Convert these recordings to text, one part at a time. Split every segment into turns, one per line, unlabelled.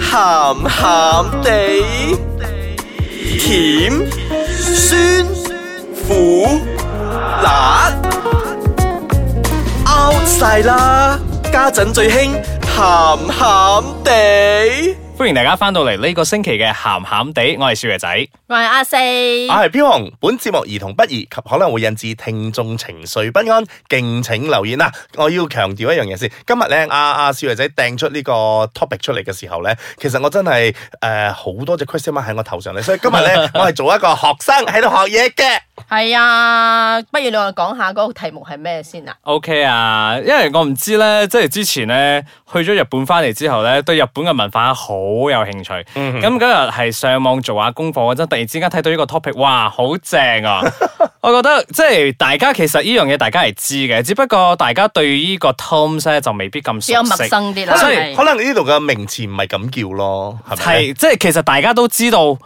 鹹鹹地，甜酸苦辣 out 晒啦！家陣最興鹹鹹地。
歡迎大家翻到嚟呢個星期嘅鹹鹹地，我係少爺仔。
我係阿四，
我
啊
啊係飄紅，本節目兒童不宜及可能會引致聽眾情緒不安，敬請留言啦。我要強調一樣嘢先，今日咧阿阿少爺仔掟出呢個 topic 出嚟嘅時候咧，其實我真係誒好多隻 question mark 喺我頭上咧，所以今 日咧我係做一個學生喺度學嘢嘅。
係啊，不如你我講下嗰個題目係咩先啊？
OK 啊，因為我唔知咧，即係之前咧去咗日本翻嚟之後咧，對日本嘅文化好有興趣。
嗯
咁嗰日係上網做下功課嗰陣，突然之間睇到呢個 topic，哇，好正 啊！我覺得即係大家其實呢樣嘢大家係知嘅，只不過大家對呢個 terms 咧就未必咁
比較
熟
陌
悉。
生啲啦，
可
所以
係
能可能呢度嘅名詞唔係咁叫咯，係咪
係即係其實大家都知道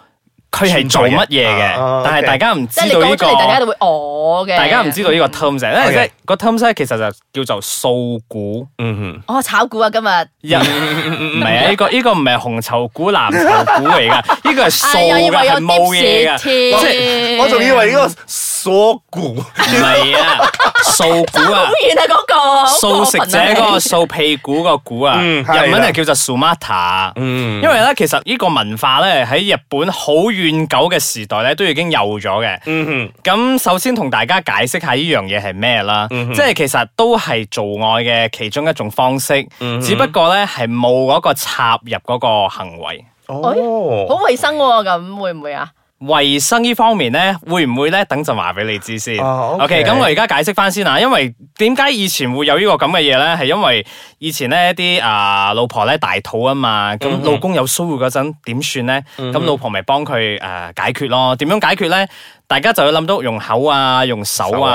佢係做乜嘢
存在嘅啊
嘅，但係
OK
大家唔知
即係你
道呢
講出
個
嚟，大家就會哦嘅。
大家唔知道呢個 terms，係因為
OK
即係個 terms 咧，其實就叫做素股
嗯哼。
哦，炒股啊，今日哎
人，唔係啊，呢 個呢個唔係紅籌股、藍籌股嚟噶，呢個係素
哎呀，以
嘅，
為有
係冇嘢噶，
tips 添，
我仲以為呢個鎖股，
唔係啊，素股
好
啊，
遠啊嗰個
素
啊
食者嗰個素屁股個股啊，
嗯
日
係啦
文係叫做 sumata，
嗯
因為咧其實呢個文化咧喺日本好遠久嘅時代咧都已經有咗嘅。
嗯
咁首先同大家解釋下呢樣嘢係咩啦，即係其實都係做愛嘅其中一種方式，只不過咧係冇嗰個插入嗰個行為。
哼，哦，
好衞生喎，咁會唔會啊？
衞生呢方面咧，會唔會咧？等陣話俾你知先。
哦，OK
咁我而家解釋翻先啊，因為點解以前會有呢個咁嘅嘢咧？係因為以前咧啲啊老婆咧大肚啊嘛，咁老公有騷擾嗰陣點算咧？咁老婆咪幫佢誒啊解決咯。點樣解決咧？大家就要諗到用口啊，用手
手
啊。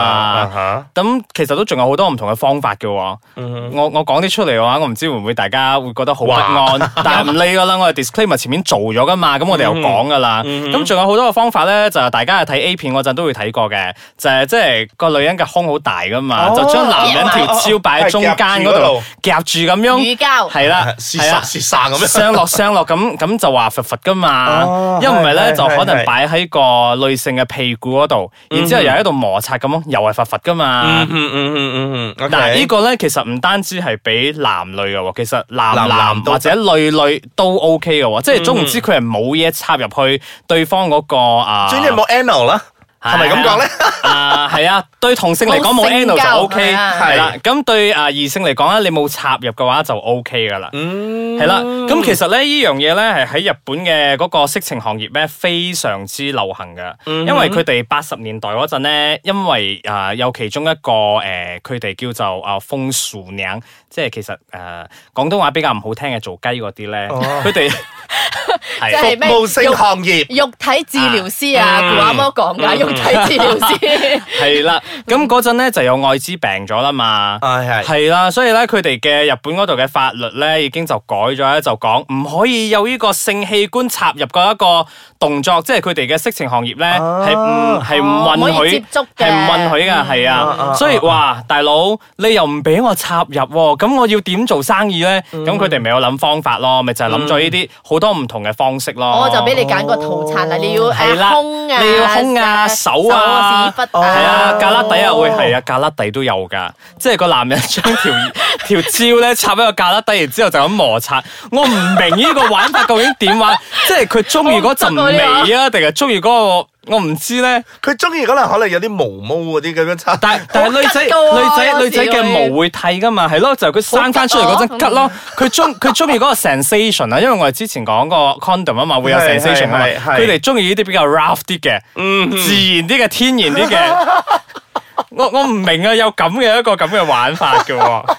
啊
咁其實都仲有好多唔同嘅方法嘅喎、我我講啲出嚟嘅話，我唔知會唔會大家會覺得好不安，但係唔理噶 啦，我哋 disclaimer 前面做咗噶嘛，咁我哋又講噶啦。咁仲、有好多嘅方法咧，就係大家係睇 A 片嗰陣都會睇過嘅，就係即係個女人嘅胸好大噶嘛，
哦
就將男人條蕉擺喺中間嗰度啊夾住咁
乳
樣，
膠
係啦，
是
係
殺
啦。
是殺咁樣。
上 落上落咁咁就話佛佛噶嘛
哦，
一唔係咧
係
就可能
係
擺喺個女性嘅屁股嗰度，然之後又喺度摩擦咁咯，又係佛佛噶嘛。
嗯嗯嗯嗯，
嗱呢個咧，其實唔單止係俾男女嘅喎，其實男
男
男
男都嗯
或者女女都 OK 嘅喎，即係總唔知佢係冇嘢插入去對方嗰個啊，
總之冇 anal 啦，係咪咁講咧？
啊，係啊，對同性嚟講冇
冇性
anal 就
交
OK，
係啊
係啦。咁對啊異性嚟講咧，你冇插入嘅話就 OK 噶啦。
嗯，
係啦，咁其實咧呢樣嘢咧係喺日本嘅嗰個色情行業咧非常之流行嘅，
嗯
因為佢哋八十年代嗰陣咧，因為啊、呃有其中一個誒佢哋叫做啊風俗娘，即係其實誒、呃、廣東話比較唔好聽嘅做雞嗰啲咧，
哦
佢哋
即
係
係
服務性行業，
肉體治療師啊，
嗯
古阿摩講噶，肉體治療師。
係啦，咁嗰陣咧就有艾滋病咗啦 嘛。
係係
係啦，所以咧，佢哋嘅日本嗰度嘅法律咧，已經就改咗咧，就講唔可以有呢個性器官插入嘅一個動作，即係佢哋嘅色情行業咧
啊
係唔係唔
哦唔可
允
以
許
接觸嘅
係唔允許㗎，係
啊啊
啊，
啊
所以哇，大佬你又唔俾我插入喎，咁我要點做生意咧？
嗯
咁佢哋咪有諗方法咯，咪就係諗咗呢啲好多唔同嘅方式咯。
哦我就俾你揀個套餐啦，你要
哦係啦
誒胸啊，
你要胸啊
誒
手啊
手屎忽
哦
啊，
係啊，
哦
格拉底啊，會係啊，格拉底都有噶，即係個男人將條條蕉咧插喺個格拉底，然之後就咁摩擦。我唔明呢個玩法究竟點玩，即係佢中意嗰陣味啊，定係中意嗰個我唔知咧。
佢中意可能可能有啲毛毛嗰啲咁樣插，
但但係女仔
好吉㗎
女
喎
仔女仔
有時
嘅
會
毛會剃噶嘛，係咯，就係佢生翻出嚟嗰
好
陣
吉
吉
啊
咯。佢中佢中意嗰個 sensation 啊，因為我哋之前講過 condom 啊嘛，會有
係
sensation 啊嘛。
係係
佢哋中意呢啲比較 rough 啲嘅，自然啲嘅，天然啲 嘅。我我唔明啊，有咁嘅一個咁嘅玩法嘅喎。
哦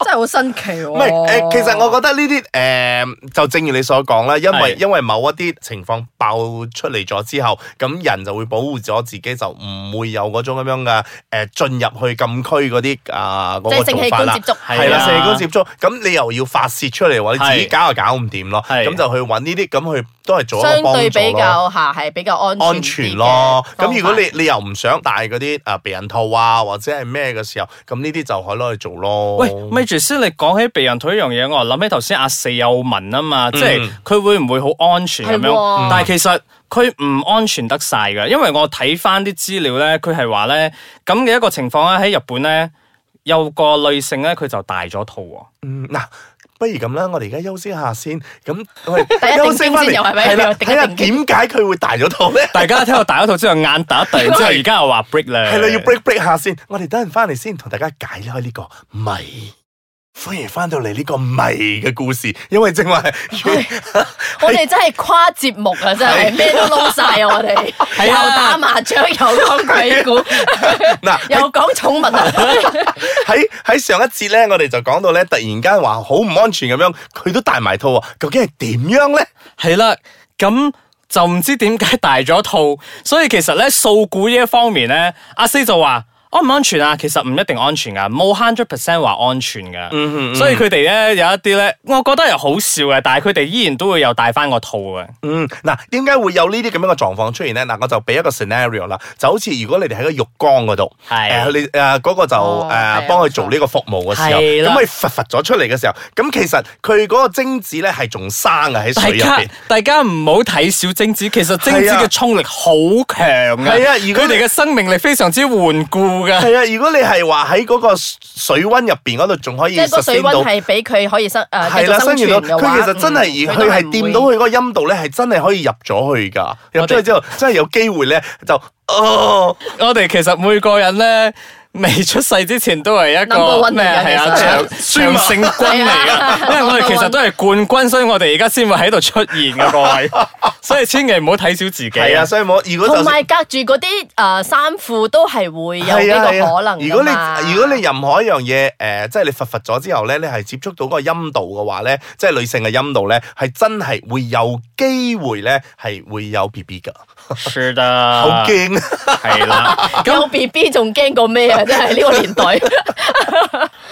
真係好新奇喎。
唔係
哦
誒，其實我覺得呢啲誒就正如你所講啦，因為
係
因為某一啲情況爆出嚟咗之後，咁人就會保護咗自己，就唔會有嗰種咁樣嘅誒進入去禁區嗰啲啊
即
嗰個
係性
做
器
法
官
啦
接。觸，
係
係啦，
啊
性器官接觸，咁你又要發泄出嚟喎，你自己
係
搞又搞唔掂咯，
係
咁就去揾呢啲，咁去都係做一
相
個幫
對
助
比
咯。
較下係比較安全
安全咯。
啲嘅
咁如果
方法
你你又唔想戴嗰啲誒避孕套啊，或者係咩嘅時候，咁呢啲就可以攞去做咯。
喂，咪住先，你講起避孕套呢樣嘢，我諗起頭先阿四有問啊嘛，即
嗯
係佢會唔會好安全咁
係喎
樣？但係其實佢唔安全得晒㗎，因為我睇翻啲資料咧，佢係話咧咁嘅一個情況咧，喺日本咧有個女性咧，佢就戴咗套喎。
嗯嗱。不如咁啦，我哋而家休息下先。咁 我哋
第一定
休息翻
經先又係
嚟，
咪
係啦，
定一
睇下
定
點
經
解佢會大咗套咧？
大家聽我戴咗套之後眼突一突，然 之後而家又話 break 咧，
係啦，要 break break 下先。我哋等陣翻嚟先，同大家解開呢個謎。歡迎翻到嚟呢個謎嘅故事，因為正話 係
我哋真係跨節目啊，真係咩都撈晒啊！我哋
係
又
啊
打麻雀，又講鬼 故，
嗱
又講寵物 啊！
喺喺上一節咧，我哋就講到咧，突然間話好唔安全咁樣，佢都戴埋套喎，究竟係點樣咧？
係啦，咁就唔知點解大咗套，所以其實咧數股呢一方面咧，阿四就話。安唔安全啊？其實唔一定安全噶，冇 hundred percent 話安全
嗯
噶。所以佢哋咧有一啲咧，我覺得又好笑嘅，但係佢哋依然都會有戴翻個啊套嘅。
嗯，嗱，點解會有呢啲咁樣嘅狀況出現咧？嗱，我就俾一個 scenario 啦，就好似如果你哋喺個浴缸嗰度，
係啊
誒你誒嗰個就
哦係啊
誒幫佢做呢個服務嘅時候，
係啦
咁佢佛佛咗出嚟嘅時候，咁其實佢嗰個精子咧係仲生嘅喺
大
水入
家
邊。
大家唔好睇小精子，其實精子
係啊
嘅衝力好強啊！
係啊如果
佢哋嘅生命力非常之頑固噶。
係啊，如果你係話喺嗰個水温入邊嗰度仲可以
即係個
sustain
水
到
温係俾佢可以生誒
係
繼續啊
啦，生
生存
完到
嘅話，
佢其實真係而
嗯
佢係掂到。佢嗰個陰道咧，係真係可以入咗去
哦
㗎。入咗去之後，真係有機會咧就哦，
我哋其實每個人咧未出世之前都係一
Number
個
one
咩
嚟㗎
係啊
其實
長長勝軍嚟 嘅，因為我哋其實都係冠軍，所以我哋而家先會喺度出現嘅各位，所以千祈唔好睇小自己。
係啊，所以我如果就
同埋隔住嗰啲誒衫褲都係會有
係啊
呢
係啊
個可能㗎
如果
嘛
你如果你任何一樣嘢誒、呃即係你佛佛咗之後咧，你係接觸到嗰個陰道嘅話咧，即係女性嘅陰道咧，係真係會有機會咧係會有 B B 㗎，
是的，
好驚啊！
係啦。
有 B B 仲驚過咩啊？真係呢個年代，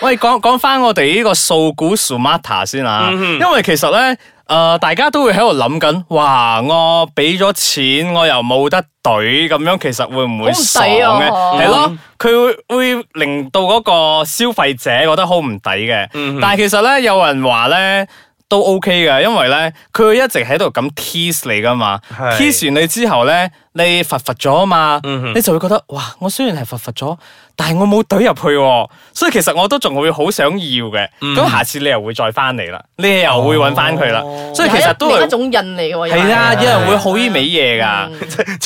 喂，講講翻我哋呢個數股 Sumata 先啊，因為其實咧，誒、大家都會喺度諗緊，哇，我俾咗錢，我又冇得懟，咁樣其實會唔會
好唔
爽
抵啊
咧？係咯
嗯，
佢會會令到嗰個消費者覺得好唔抵嘅。
嗯
但係其實咧，有人話咧。都 OK 嘅，因為咧佢會一直喺度咁 tease 你噶嘛
係嗯
，tease 完你之後咧，你罰罰咗啊嘛，你就會覺得哇，我雖然係罰罰咗，但係我冇懟入去、喎，所以其實我都仲會好想要嘅。咁、
嗯
下次你又會再翻嚟啦，你又會揾翻佢啦，
哦
所以其 實都
係
係
一種嗯印嚟嘅喎。
係啊啦，
嗯
有
因
人會好依味嘢噶。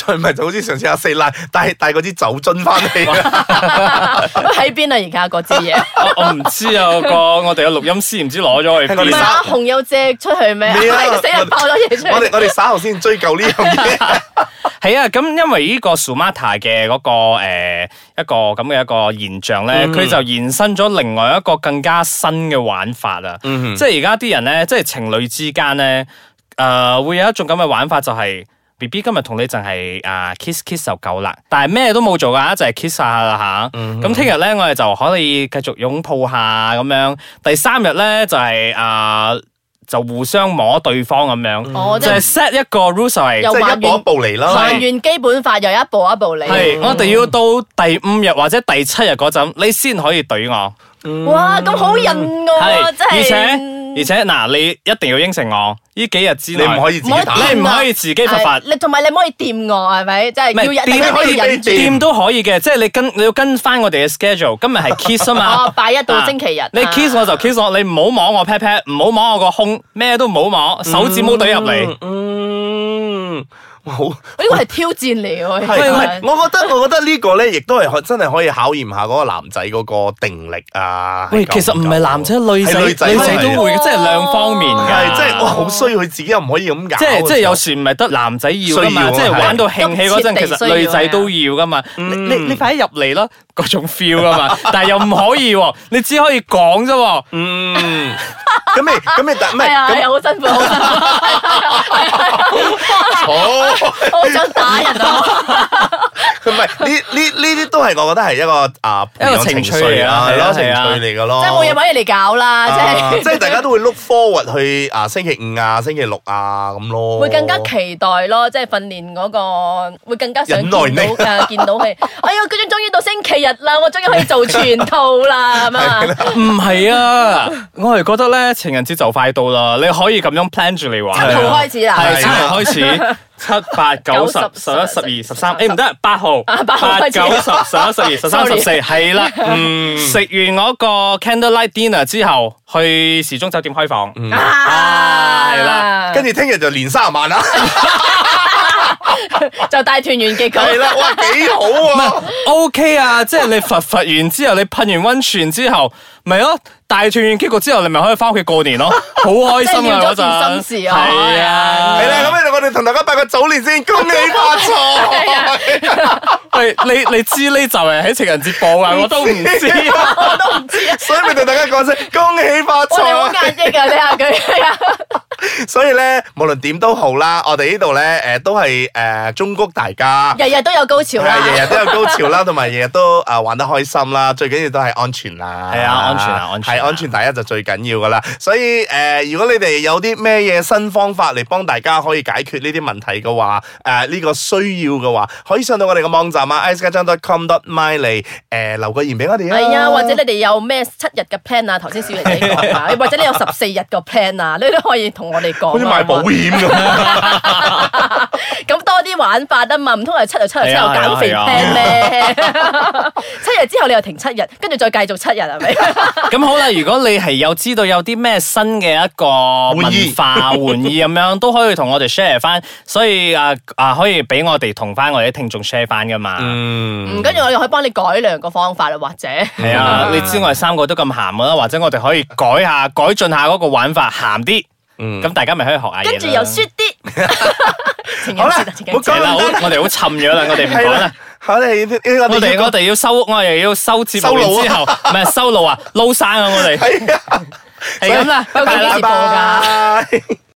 再唔係就好似上次阿四奶帶帶嗰支酒樽翻 嚟，
喺邊啊？而家嗰支嘢。
我我唔知啊，個我哋嘅錄音師唔知攞咗去
係我
唔
哋
邊
係
三。
啊，紅有借出去咩？
未啊
死人爆咗嘢出
我
嚟。
哋我哋稍後先追究呢樣嘢。
係啊，咁因為呢個 Sumata 嘅嗰、個、呃、一個咁嘅一個現象咧，佢、就延伸咗另外一個更加新嘅玩法啊！即係而家啲人咧，即係情侶之間咧，誒、呃、會有一種咁嘅玩法就係、B B 今日同你淨係啊 kiss kiss 就夠啦，但係咩都冇做㗎，就係 kiss 下啦吓。咁聽日咧，我哋就可以繼續擁抱下咁樣。第三日咧就係、啊、就互相摸對方咁樣，
哦
就
即係
係 set 一個 rule 就係
又
即係一步一步嚟啦。
還原基本法又一步一步嚟。
係，我哋要到第五日或者第七日嗰陣，你先可以懟我。
哇，咁好人噶
係，
喎，哦真係。
而且而且嗱，你一定要應承我，呢幾日之
你
內
唔可以自己
唔可以
打
掂，啊
你唔可以自己罰罰
係你同埋你唔可以掂我，係咪？即係要
掂可
忍，大家
以
要忍住。
掂都可以嘅，即係你跟你要跟翻我哋嘅 schedule。今日 係 kiss 啊嘛
哦，，拜一到星期日
啊。你 kiss 我就 kiss 我，你唔好摸我 pat pat，唔好摸我個胸，咩都唔好摸，手指冇懟入嚟。
嗯，哇好。
呢個係挑戰嚟喎。
係，
喂
唔
喂
係我覺得我覺得呢個咧，亦都係可真係可以考驗下嗰個男仔嗰個定力啊。
喂，
係夠
其實唔係
夠
男仔女仔，
係
女
仔
仔都會嘅，
係
即係兩方面㗎。
係，即係哇，好衰，佢自己又唔可以咁搞。
即係即係有時唔係得男仔要噶
需
嘛，
要啊
即係玩到興起嗰陣，
係
其實女仔都要啊噶嘛。你你你快啲入嚟啦，嗰種 feel 噶嘛，但係又唔可以喎，你只可以講啫喎。
嗯，咁你咁你但唔係
係啊，係啊
咁
好辛苦，好辛苦，
哦，
好想打人啊！
唔係呢呢呢啲都係係我覺得係一個啊
一個
培養
情趣
緒
嚟啦
係
係
咯
啊
情
係啊
趣嚟噶咯，
即係冇嘢揾嘢嚟搞啦，即
啊
係
即係大家都會 look forward 去啊星期五啊星期六啊咁 咯，
會更加期待咯，即係訓練嗰個會更加想見到
忍耐力
誒見到佢。哎呀，佢終於到星期日啦，我終於可以做全套啦咁啊！
唔係啊，我係覺得咧情人節就快到啦，你可以咁樣 plan 住嚟玩。
七號開始啦
係
係
七號開始，七八啊九十十一十二十三，誒唔得，八號，
啊八號
八
開始
九十十一十二十三
Sorry
十四，係 啦。嗯，食完嗰個 candlelight dinner 之後，去時鐘酒店開房。
啊，
係啦
跟住聽日就年三十萬 啊啦，
就大團圓結
係
局。
啦，哇幾好啊喎！
O K 啊，即係你佛佛完之後，你噴完温泉之後，咪咯大團圓結局之後，你咪可以翻屋企過年 咯，好開心啊嗰
即係完咗件
陣。
心事啊
係啊，
係啦，咁樣我哋同大家拜個早年先，恭喜 發
啊
財！
喂，你你知呢就係喺情人節播啊，我都唔 知啊。
我都唔知啊，
所以咪同大家講聲恭喜發
我哋好壓
財。
抑啊！你下佢係啊，
所以咧，無論點都好啦，我哋呢度咧，誒都係誒忠告大家。
日日都有高潮啦
係。日日都有高潮啦，同埋日日都啊玩得開心啦，最緊要都係安全啦。
係啊安全啊安全啊
係安全第一就最緊要噶啦。所以誒、呃如果你哋有啲咩嘢新方法嚟幫大家可以解決呢啲問題嘅話，誒、呃呢、個需要嘅話，可以上到我哋嘅網站啊 icegarden.com.my 嚟誒、呃留個言俾我哋啊。
係啊，或者你哋有咩七日嘅 plan 啊？頭先小玲姐 講啊，或者你有十四日個 plan 啊，你都可以同我哋講啊。
好似賣保險咁。
咁多啲玩法啊嘛，唔通係七日七日之後
係啊係啊
減肥
係啊啊
plan 咩？ 七日之後你又停七日，跟住再繼續七日係咪？
咁好啦，如果你係有知道有啲咩新嘅一個
玩
文
意
化玩意咁樣，都可以同我哋 share 翻，所以啊啊可以俾我哋同翻我哋啲聽眾 share 翻噶嘛。
嗯
嗯，跟住我哋可以幫你改良個方法啦，或者
係
嗯
啊，你知我哋三個都咁鹹噶啦，或者我哋可以改下、改進下嗰個玩法鹹啲，
嗯
咁大家咪可以學下嘢啦
跟住又雪啲。 情人
好啦
節啊，情人
唔好
節
係啦，好
講咁多
我哋好沉咗啦，我哋唔
係
講啦
啦。，我哋呢個
嗯我哋我哋要收，我哋要收節目
收路啊
完之後，唔係收路啊，撈生啊，我哋
係啊，
係咁啦，
所
拜
以
拜啦
幾時。播㗎
拜拜。